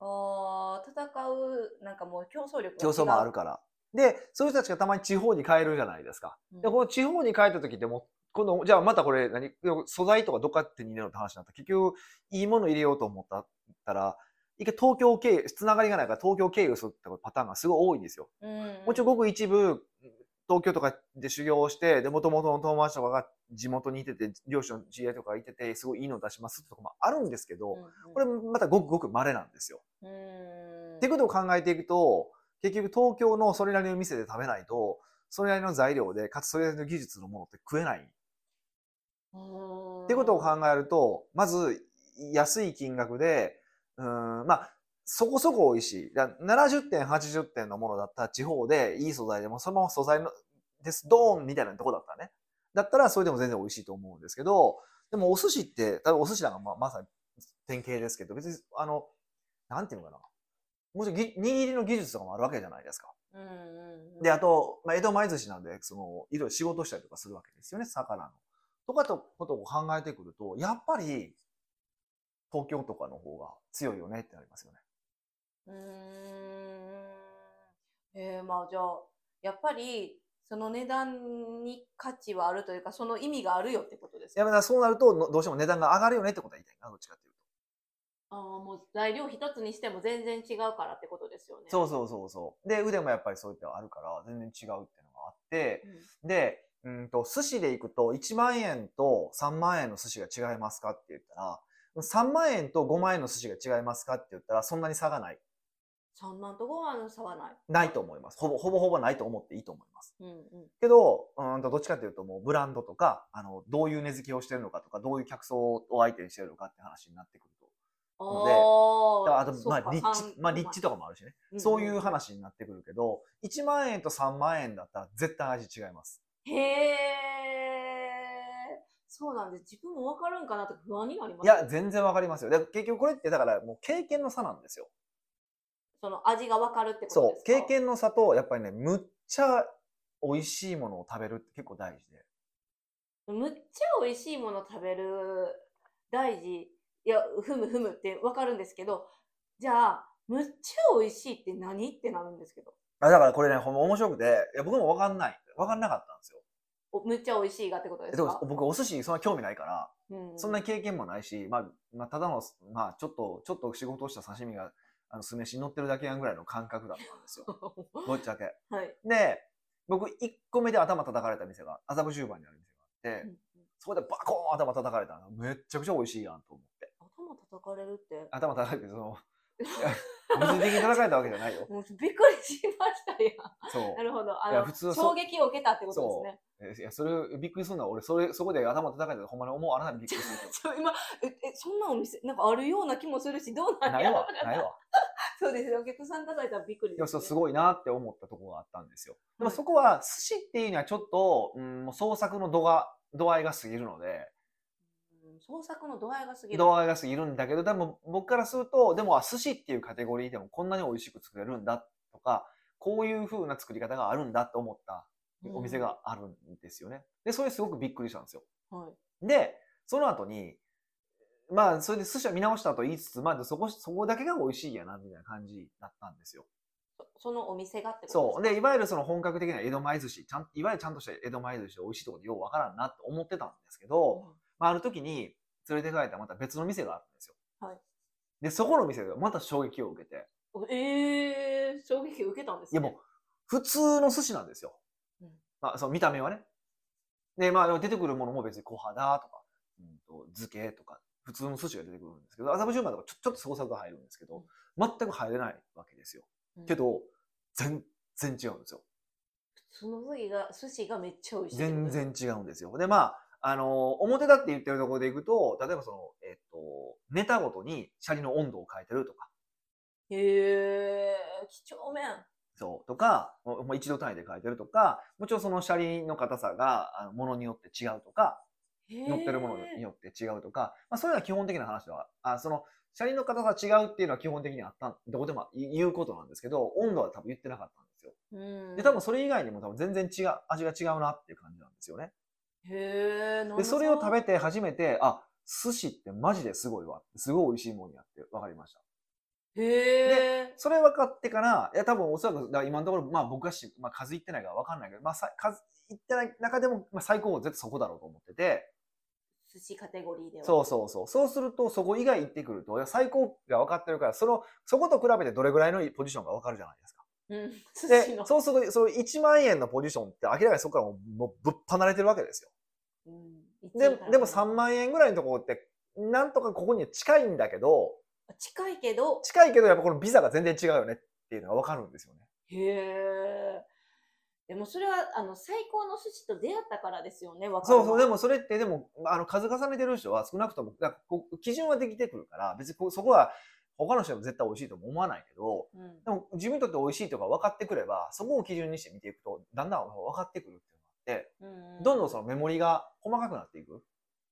[SPEAKER 2] うん。あー戦うなんかもう競争力が違う
[SPEAKER 1] 競争もある。から。で、そういう人たちがたまに地方に帰るじゃないですか。
[SPEAKER 2] うん
[SPEAKER 1] で、この地方に帰った時ってもう、この、じゃあまたこれ何、素材とかどっかって似るのって話になった。結局、いいもの入れようと思ったったら、一回東京経由、つながりがないから東京経由するってパターンがすごい多いんですよ。
[SPEAKER 2] うん
[SPEAKER 1] もちろんごく一部、東京とかで修行をして、で、元々の友達とかが地元にいてて、両親の知り合いとかいてて、すごいいいの出しますってとこもあるんですけど、これもまたごくごく稀なんですよ。
[SPEAKER 2] うん。
[SPEAKER 1] っていうことを考えていくと、結局東京のそれなりの店で食べないと、それなりの材料で、かつそれなりの技術のものって食えない。っ
[SPEAKER 2] と。
[SPEAKER 1] ていうことを考えると、まず安い金額で、うーん、まあ、そこそこ美味しい。だ70点、80点のものだったら地方でいい素材でも、そのまま素材のです、ドーンみたいなとこだったらね。だったらそれでも全然美味しいと思うんですけど、でもお寿司って、多分お寿司なんかままさに典型ですけど、別に、あの、なんていうのかな。もちろんぎ握りの技術とかもあるわけじゃないですか。
[SPEAKER 2] うんうんうん。
[SPEAKER 1] で、あと、まあ、江戸前寿司なんで、その、いろいろ仕事したりとかするわけですよね、魚の。とかとことを考えてくると、やっぱり、東京とかの方が強いよねってなりますよね。
[SPEAKER 2] うーん。えー、まあじゃあ、やっぱり、その値段に価値はあるというか、その意味があるよってことです
[SPEAKER 1] いや、だ
[SPEAKER 2] か
[SPEAKER 1] からそうなると、のどうしても値段が上がるよねってことは言いたいな、どっちかっていう
[SPEAKER 2] ああ、もう材料一つにしても全然違うからってことですよね。
[SPEAKER 1] と。そうそうそうそう。で、腕もやっぱりそういったのあるから、全然違うっていうのがあって、
[SPEAKER 2] うん。
[SPEAKER 1] で、うんと、寿司で行くと、1万円と3万円の寿司が違いますかって言ったら、3万円と5万円の寿司が違いますかって言ったら、そんなに差がない。
[SPEAKER 2] 三万と五万の差はない。
[SPEAKER 1] ないと思います。ほぼ、ほぼほぼないと思っていいと思います。
[SPEAKER 2] うんうん。
[SPEAKER 1] けど、うーんとどっちかというともうブランドとか、あの、どういう根付きをしてるのかとか、どういう客層を相手にしてるのかって話になってくると。ので
[SPEAKER 2] あ
[SPEAKER 1] だから
[SPEAKER 2] あ
[SPEAKER 1] あと、まあ、立地、まあ、立地とかもあるしね。そういう。
[SPEAKER 2] 三万
[SPEAKER 1] 話になってくるけど、1万円と3万円だったら絶対味違います。
[SPEAKER 2] んんへえ。そうなんです。自分もわかるんかなとか不安になります。
[SPEAKER 1] いや、全然わかりますよ。で、結局これってだからもう経験の差なんですよ。
[SPEAKER 2] その味がわかるってこと
[SPEAKER 1] そ
[SPEAKER 2] で
[SPEAKER 1] う。
[SPEAKER 2] すか
[SPEAKER 1] 経験の差と、やっぱりね、むっちゃ美味しいものを食べるって結構大事で。
[SPEAKER 2] むっちゃ美味しいもの食べる大事いやふむふむってわかるんですけどじゃあむっちゃ美味しいって何ってなるんですけど
[SPEAKER 1] あだからこれね、ほんま面白くて、いや僕もわかんない。わかんなかったんですよ。
[SPEAKER 2] おむっちゃ美味しいがってことです
[SPEAKER 1] でも
[SPEAKER 2] か、
[SPEAKER 1] 僕お寿司にそんな興味ないから、
[SPEAKER 2] うん
[SPEAKER 1] そんな経験もないし、まあ、まあ、ただの、まあ、ちょっと、ちょっと仕事をした刺身が、あの、酢飯に乗ってるだけやんぐらいの感覚だったん ですよ。ぶっちゃけ。
[SPEAKER 2] はい、
[SPEAKER 1] で、僕、1個目で頭叩かれた店が、麻布十番にある店があって、そこでバコーン頭叩かれたの。めっちゃくちゃ美味しいやんと思って。
[SPEAKER 2] 頭叩かれるって
[SPEAKER 1] 頭叩かれて、そ の、いや物理的に叩かれたわけじゃないよ。
[SPEAKER 2] もうびっくりしましたやん
[SPEAKER 1] そう
[SPEAKER 2] な。るほどあ
[SPEAKER 1] いや
[SPEAKER 2] の
[SPEAKER 1] 普通はそう
[SPEAKER 2] 衝撃を受けたってことですね
[SPEAKER 1] えいや、それ、びっくりするのは、俺、それ、そこで頭叩かれたら、ほんまに思う、あなたにびっくりす る
[SPEAKER 2] ちょ今ええそんなお店なんかあるような気もするしどう
[SPEAKER 1] と。
[SPEAKER 2] なん
[SPEAKER 1] ない
[SPEAKER 2] やろう
[SPEAKER 1] わ、ないわ。
[SPEAKER 2] そうですねお客さん叩いたらびっくり
[SPEAKER 1] いや
[SPEAKER 2] で
[SPEAKER 1] そう
[SPEAKER 2] す、ね、
[SPEAKER 1] すごいなって思ったところがあったんですよ。でも
[SPEAKER 2] はい
[SPEAKER 1] そこは寿司っていうのはちょっと、うん、もう創作の度が度合いが過ぎるので
[SPEAKER 2] うん創作の度合いがすぎる
[SPEAKER 1] 度合いが過ぎるんだけどでも僕からするとでもあ寿司っていうカテゴリーでもこんなに美味しく作れるんだとかこういう風な作り方があるんだと思ったお店があるんですよね。で、それすごくびっくりしたんですよ。
[SPEAKER 2] はい。
[SPEAKER 1] で、その後に、まあ、それで寿司は見直したと言いつつ、まあ、そこ、そこだけが美味しいやな、みたいな感じだったんですよ。
[SPEAKER 2] そそのお店がってこと
[SPEAKER 1] そう。
[SPEAKER 2] です
[SPEAKER 1] で、いわゆるその本格的な江戸前寿司、ちゃん、いわゆるちゃんとした江戸前寿司で美味しいところでようわからんなって思ってたんですけ
[SPEAKER 2] か
[SPEAKER 1] ど、まあ、ある時に連れて帰ったまた別の店があるんですよ。
[SPEAKER 2] はい
[SPEAKER 1] で、そこの店がまた衝撃を受けて、
[SPEAKER 2] うんええー、衝撃を受けたんです、
[SPEAKER 1] いやもう、普通の寿司なんですよ。
[SPEAKER 2] うん
[SPEAKER 1] まあ、その見た目はね。で、まあ、でも出てくるものも別に小肌とか、うん、と漬けとか、普通の寿司が出てくるんですけど、麻布十番とかちょちょっと創作が入るんですけど、全く入れないわけですよ。
[SPEAKER 2] うん
[SPEAKER 1] け、ど、全然違うんですよ。
[SPEAKER 2] その時が寿司がめっちゃ美味しい。
[SPEAKER 1] 全。然違うんですよ。で、まあ、あの表だって言ってるところでいくと、例えばその、えっと、ネタごとにシャリの温度を変えてるとか、
[SPEAKER 2] へえー、几帳面。
[SPEAKER 1] そう、とか、もうもう一度単位で変えてるとか、もちろんそのシャリの硬さが、あのものによって違うとか、乗ってるものによって違うとか、まあ、そういうのは基本的な話では、あその、車輪の硬さが違うっていうのは基本的にあったん、どこでも言言うことなんですけど、温度は多分言ってなかったんですよ。
[SPEAKER 2] の
[SPEAKER 1] で、多分それ以外にも多分全然違う、味が違うなっていう感じなんですよね。
[SPEAKER 2] へえ、
[SPEAKER 1] で、それを食べ
[SPEAKER 2] て。
[SPEAKER 1] て初めて、あ、寿司ってマジですごいわ。すごい美味しいもんやって分かりました。
[SPEAKER 2] へえ。
[SPEAKER 1] それ分かってから、いや、多分おそらく、だから今のところ、まあ僕がし、まあ数行ってないから分かんないけど、まあさ数行ってない中でも、まあ最高は絶対そこだろうと思ってて、
[SPEAKER 2] 寿司カテゴリーでは。
[SPEAKER 1] そうそうそう。そうすると、そこ以外行ってくると、いや最高が分かってるから、その、そこと比べてどれぐらいのポジションが分かるじゃないですか。
[SPEAKER 2] う。うん、寿司
[SPEAKER 1] で
[SPEAKER 2] の、。
[SPEAKER 1] そうすると、その1万円のポジションって明らかにそこからもうもうぶっ離れてるわけですよ。
[SPEAKER 2] うん
[SPEAKER 1] ででも3。
[SPEAKER 2] 一位から
[SPEAKER 1] 万円ぐらいのところって、なんとかここには近いんだけど、
[SPEAKER 2] 近いけど、
[SPEAKER 1] 近いけどやっぱこのビザが全然違うよねっていうのが分かるんですよね。
[SPEAKER 2] へえ。でもそれはあの最高の寿司と出会ったからですよね、わかる
[SPEAKER 1] そ
[SPEAKER 2] の
[SPEAKER 1] うそう、でもそれってでも、あの、数重ねてる人は少なくとも、なんかこう基準はできてくるから、別にこうそこは他の人も絶対美味しいとも思わないけど、
[SPEAKER 2] うん
[SPEAKER 1] でも自分にとって美味しいとか分かってくれば、そこを基準にして見ていくと、だんだん分かってくるっていうのがあって、
[SPEAKER 2] うん
[SPEAKER 1] どんどんそのメモリが細かくなっていく。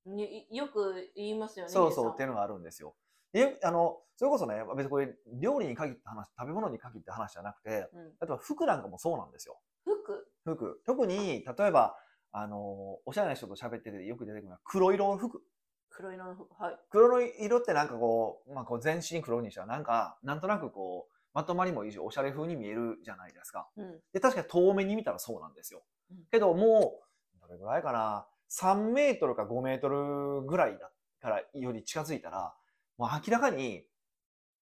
[SPEAKER 2] によく言いますよね。
[SPEAKER 1] そうそう
[SPEAKER 2] ヒ
[SPEAKER 1] っ
[SPEAKER 2] デ
[SPEAKER 1] てい
[SPEAKER 2] さん
[SPEAKER 1] うのがあるんですよ。で、あの、それこそね、別にこれ料理に限った話、食べ物に限った話じゃなくて、
[SPEAKER 2] うん、
[SPEAKER 1] 例えば服なんかもそうなんですよ。
[SPEAKER 2] 服
[SPEAKER 1] 服。特に、例えば、あの、おしゃれな人と喋っててよく出てくるのは黒色の服。
[SPEAKER 2] 黒色の服。はい。
[SPEAKER 1] 黒の色ってなんかこう、まあ、こう全身黒にしたらなんか、なんとなくこう、まとまりもいいし、おしゃれ風に見えるじゃないですか。
[SPEAKER 2] うん。
[SPEAKER 1] で、確かに遠目に見たらそうなんですよ
[SPEAKER 2] うん。
[SPEAKER 1] けどもう、どれぐらいかな、3メートルか5メートルぐらいだからより近づいたら、もう明らかに、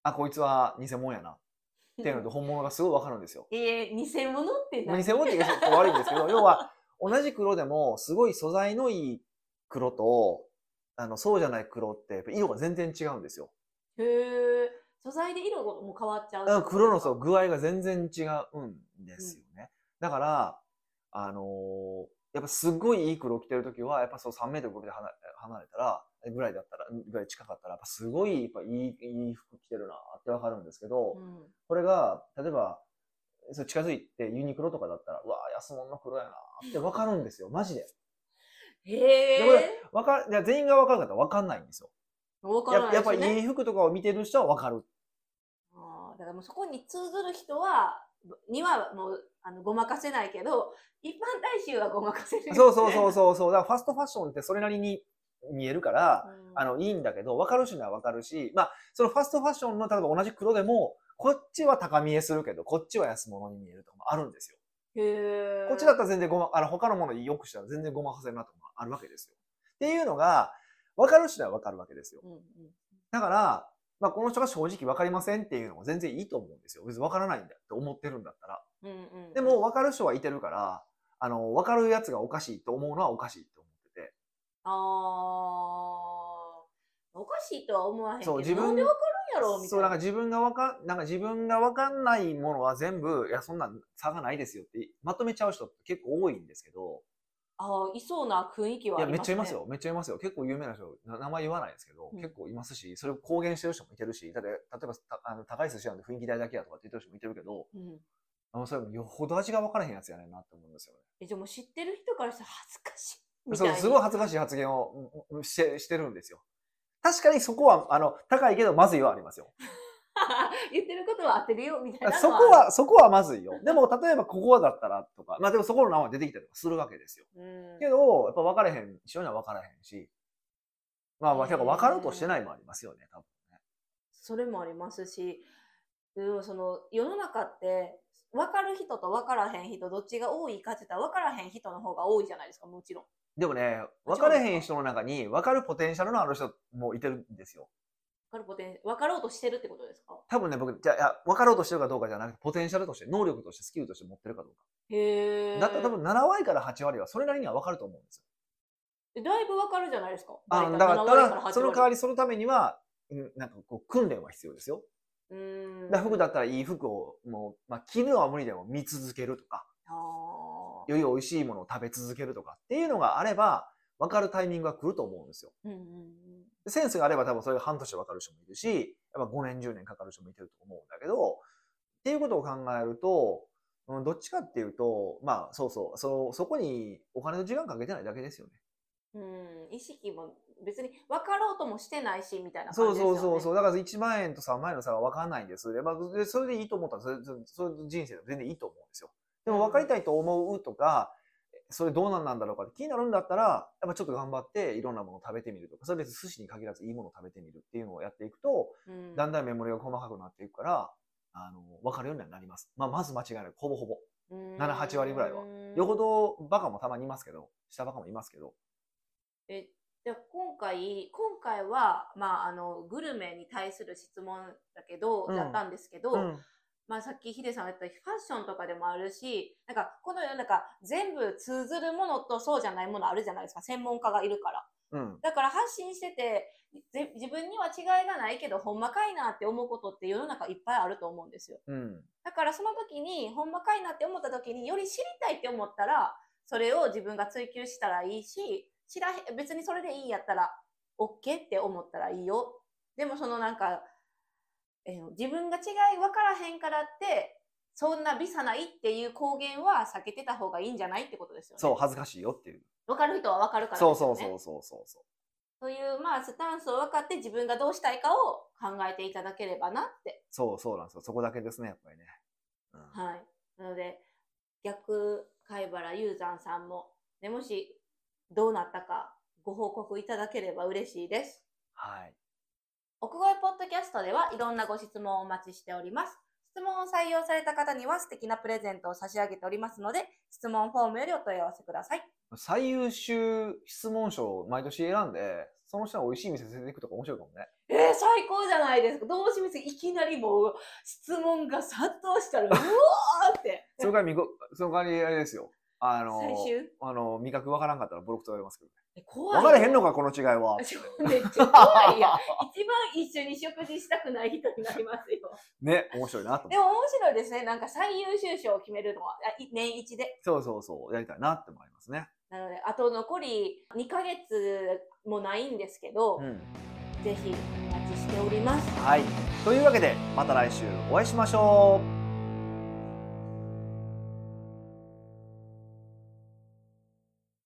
[SPEAKER 1] あ、こいつは偽物やな、っていうので本物がすごいわかるんですよ。
[SPEAKER 2] えー、偽物って
[SPEAKER 1] まあ
[SPEAKER 2] 何
[SPEAKER 1] 偽物って言うと悪いんですけど、要は同じ黒でもすごい素材のいい黒と、あの、そうじゃない黒ってやっぱ色が全然違うんですよ。
[SPEAKER 2] へえ。素材で色も変わっちゃうって
[SPEAKER 1] う
[SPEAKER 2] こ
[SPEAKER 1] ん
[SPEAKER 2] とですか。
[SPEAKER 1] 黒のそう具合が全然違うんですよね。だから、あのーやっぱすごいいい黒着てるときは、やっぱそう3メートル5メートル離れ離れたら、ぐらいだったら、ぐらい近かったら、やっぱすごいやっぱいいいい服着てるなってわかるんですけど、
[SPEAKER 2] うん。
[SPEAKER 1] これが、例えば、そう近づいてユニクロとかだったら、うわー安物の黒やなってわかるんですよ、マジで。
[SPEAKER 2] へ
[SPEAKER 1] でも
[SPEAKER 2] え。
[SPEAKER 1] わか、いや全員がわかる方はわかんないんですよ。
[SPEAKER 2] わか
[SPEAKER 1] や
[SPEAKER 2] らない
[SPEAKER 1] やっぱ
[SPEAKER 2] ですよね
[SPEAKER 1] いい服とかを見てる人はわかる。
[SPEAKER 2] あーだからもうそこに通ずる人は、にはもうあのごまかせないけど、一般大衆はごまかせる、
[SPEAKER 1] そうそうそうそうそう。だからファストファッションってそれなりに見えるから、
[SPEAKER 2] うん
[SPEAKER 1] あの、いいんだけど、分かる人には分かるし、まあ、そのファストファッションの、例えば同じ黒でも、こっちは高見えするけど、こっちは安物に見えるとかもあるんですよ。
[SPEAKER 2] へー
[SPEAKER 1] こっちだったら全然ごま、あの、他のものによくしたら全然ごまかせるなとかもあるわけですよ。っていうのが、分かる人には分かるわけですよ
[SPEAKER 2] う。んうん、
[SPEAKER 1] だから、まあ、この人が正直分かりませんっていうのも全然いいと思うんですよ。別に分からないんだって思ってるんだったら。
[SPEAKER 2] うんうんうん、
[SPEAKER 1] でも、分かる人はいてるから、あの、分かるやつがおかしいと思うのはおかしいと思ってて。
[SPEAKER 2] あーおかしいとは思わへんけど
[SPEAKER 1] そう自分
[SPEAKER 2] なんでわかるんやろみた
[SPEAKER 1] そ、
[SPEAKER 2] いうな
[SPEAKER 1] なんか自分がわか、なんか自分がわかんないものは全部、いや、そんな差がないですよって、まとめちゃう人って結構多いんですけど、
[SPEAKER 2] あーいそうな雰囲気はいあ
[SPEAKER 1] や、
[SPEAKER 2] り
[SPEAKER 1] めっ
[SPEAKER 2] ます、ね、
[SPEAKER 1] ちゃいますよ。めっちゃいますよ。結構有名な人、な名前言わないですけど、
[SPEAKER 2] うん
[SPEAKER 1] 結構いますし、それを公言してる人もいてるし、だって、例えば、たあの高い寿司なんで雰囲気代だけやとかって言ってる人もいてるけど、
[SPEAKER 2] うん
[SPEAKER 1] あの、それもよほど味が分からへんやつやねんなって思うんですよね。
[SPEAKER 2] えじゃあもう知ってる人からしたら恥ずかしいみたい
[SPEAKER 1] そう、
[SPEAKER 2] な
[SPEAKER 1] すごい恥ずかしい発言をうんうんしてしてるんですよ。確かにそこは、あの、高いけど、まずいはありますよ。
[SPEAKER 2] 言ってることは合ってるよみたいな
[SPEAKER 1] そ
[SPEAKER 2] の
[SPEAKER 1] こ
[SPEAKER 2] は
[SPEAKER 1] は、そこはまずいよ。でも、例えばここだったらとか、まあでもそこの名前出てきたりとかするわけですよ。
[SPEAKER 2] ある、うん
[SPEAKER 1] けど、やっぱ分かれへん、一緒には分からへんし、まあ、
[SPEAKER 2] うん
[SPEAKER 1] 結構分かろうとしてないもありますよね、多分ね。
[SPEAKER 2] それもありますしでもその世の中って分かる人と分からへん人どっちが多いかって言ったら分からへん人の方が多いじゃないですかもちろん。
[SPEAKER 1] でもね、分かれへん人の中に、分かるポテンシャルのある人もいてるんですよ。
[SPEAKER 2] 分かるポテン分かろうとしてるってことですか
[SPEAKER 1] 多分ね、僕、じゃあいや、分かろうとしてるかどうかじゃなくて、ポテンシャルとして、能力として、スキルとして持ってるかどうか。
[SPEAKER 2] へえ。
[SPEAKER 1] だったら多分7割から8割はそれなりには分かると思うんですよ。
[SPEAKER 2] だいぶ分かるじゃないですか。
[SPEAKER 1] あ
[SPEAKER 2] 大
[SPEAKER 1] の
[SPEAKER 2] 体
[SPEAKER 1] だから、
[SPEAKER 2] 7
[SPEAKER 1] た
[SPEAKER 2] 割
[SPEAKER 1] だ
[SPEAKER 2] 8
[SPEAKER 1] その代わ
[SPEAKER 2] 割
[SPEAKER 1] りそのためには、うんなんかこう、訓練は必要ですよ。
[SPEAKER 2] うーん。
[SPEAKER 1] だから服だったらいい服を、もう、まあ、着るのは無理でも見続けるとか、
[SPEAKER 2] あー
[SPEAKER 1] より美味しいものを食べ続けるとかっていうのがあれば、分かるタイミングが来ると思うんですよ。
[SPEAKER 2] うんうんうん
[SPEAKER 1] でセンスがあれば多分それが半年で分かる人もいるし、やっぱ5年、10年かかる人もいてると思うんだけど、っていうことを考えると、うん、どっちかっていうと、まあそうそう、そのそこにお金の時間かけてないだけですよね。
[SPEAKER 2] うん、意識も別に分かろうともしてないしみたいな
[SPEAKER 1] そ
[SPEAKER 2] 感
[SPEAKER 1] う
[SPEAKER 2] じですよ
[SPEAKER 1] そう
[SPEAKER 2] ね。
[SPEAKER 1] そうそうう。だから1万円と3万円の差は分かんないんです。で、まあ、でそれでいいと思ったら、それそれそれで人生で全然いいと思うんですよ。でも分かりたいと思うとか、それどうなんなんだろうかって気になるんだったら、やっぱちょっと頑張っていろんなものを食べてみるとか、それは別に寿司に限らずいいものを食べてみるっていうのをやっていくと、
[SPEAKER 2] ん。
[SPEAKER 1] だんだんメモリが細かくなっていくから、あの、分かるようにはなります。まあ、まず間違いなく、ほぼほぼ。7 8割ぐらいは
[SPEAKER 2] うん
[SPEAKER 1] よほどバカもたまにいますけど、下バカもいますけど。
[SPEAKER 2] えじゃあ今回今回は、まあ、あのグルメに対する質問だけど、
[SPEAKER 1] うん
[SPEAKER 2] だったんですけど、まあ、さっきヒデさんが言ったファッションとかでもあるしなんかこの世の中全部通ずるものとそうじゃないものあるじゃないですか専門家がいるから
[SPEAKER 1] うん。
[SPEAKER 2] だから発信しててぜ自分には違いがないけどほんまかいなって思うことって世の中いっぱいあると思うんですよ
[SPEAKER 1] うん。
[SPEAKER 2] だからその時にほんまかいなって思った時により知りたいって思ったらそれを自分が追求したらいいし知らへん別にそれでいいやったら OK って思ったらいいよでもそのなんか、えー自分が違い分からへんからってそんな微差ないっていう公言は避けてた方がいいんじゃないってことですよね。
[SPEAKER 1] そう、恥ずかしいよっていう。
[SPEAKER 2] 分かる人は分かるからですよ
[SPEAKER 1] そ
[SPEAKER 2] ね。
[SPEAKER 1] うそうそうそうそうそう。
[SPEAKER 2] という、まあ、スタンスを分かって自分がどうしたいかを考えていただければなって。
[SPEAKER 1] そうそうなんですよ。そこだけですね、やっぱりね。うん
[SPEAKER 2] はい。なので、逆貝原雄山さんも、ね、もしどうなったかご報告いただければ嬉しいです。
[SPEAKER 1] はい。
[SPEAKER 2] 奥越ポッドキャストではいろんなご質問をお待ちしております。質問を採用された方には素敵なプレゼントを差し上げておりますので、質問フォームよりお問い合わせください。
[SPEAKER 1] 最優秀質問賞を毎年選んで、その人は美味しい店連れていくとか面白いかもね。
[SPEAKER 2] えー、最高じゃないですか。どうしみせいきなりもう質問が殺到したら、うおーって。
[SPEAKER 1] その代わりみご、その代わりあれですよ。あの、
[SPEAKER 2] 最終
[SPEAKER 1] あの味覚わからんかったらボロクと言われますけどね。
[SPEAKER 2] え怖
[SPEAKER 1] わ
[SPEAKER 2] い。
[SPEAKER 1] からへんのか、この違いは。
[SPEAKER 2] そうめっちゃ 怖いやん。一番一緒に食事したくない人になりますよ。
[SPEAKER 1] ね、面白いなと
[SPEAKER 2] で
[SPEAKER 1] 思って。
[SPEAKER 2] も面白いですね。なんか最優秀賞を決めるのはあい年一で。
[SPEAKER 1] そうそうそう、やりたいなって思いますね。
[SPEAKER 2] なので、あと残り2ヶ月もないんですけど、
[SPEAKER 1] うん。
[SPEAKER 2] ぜひお待ちしております。
[SPEAKER 1] はい。というわけで、また来週お会いしましょう。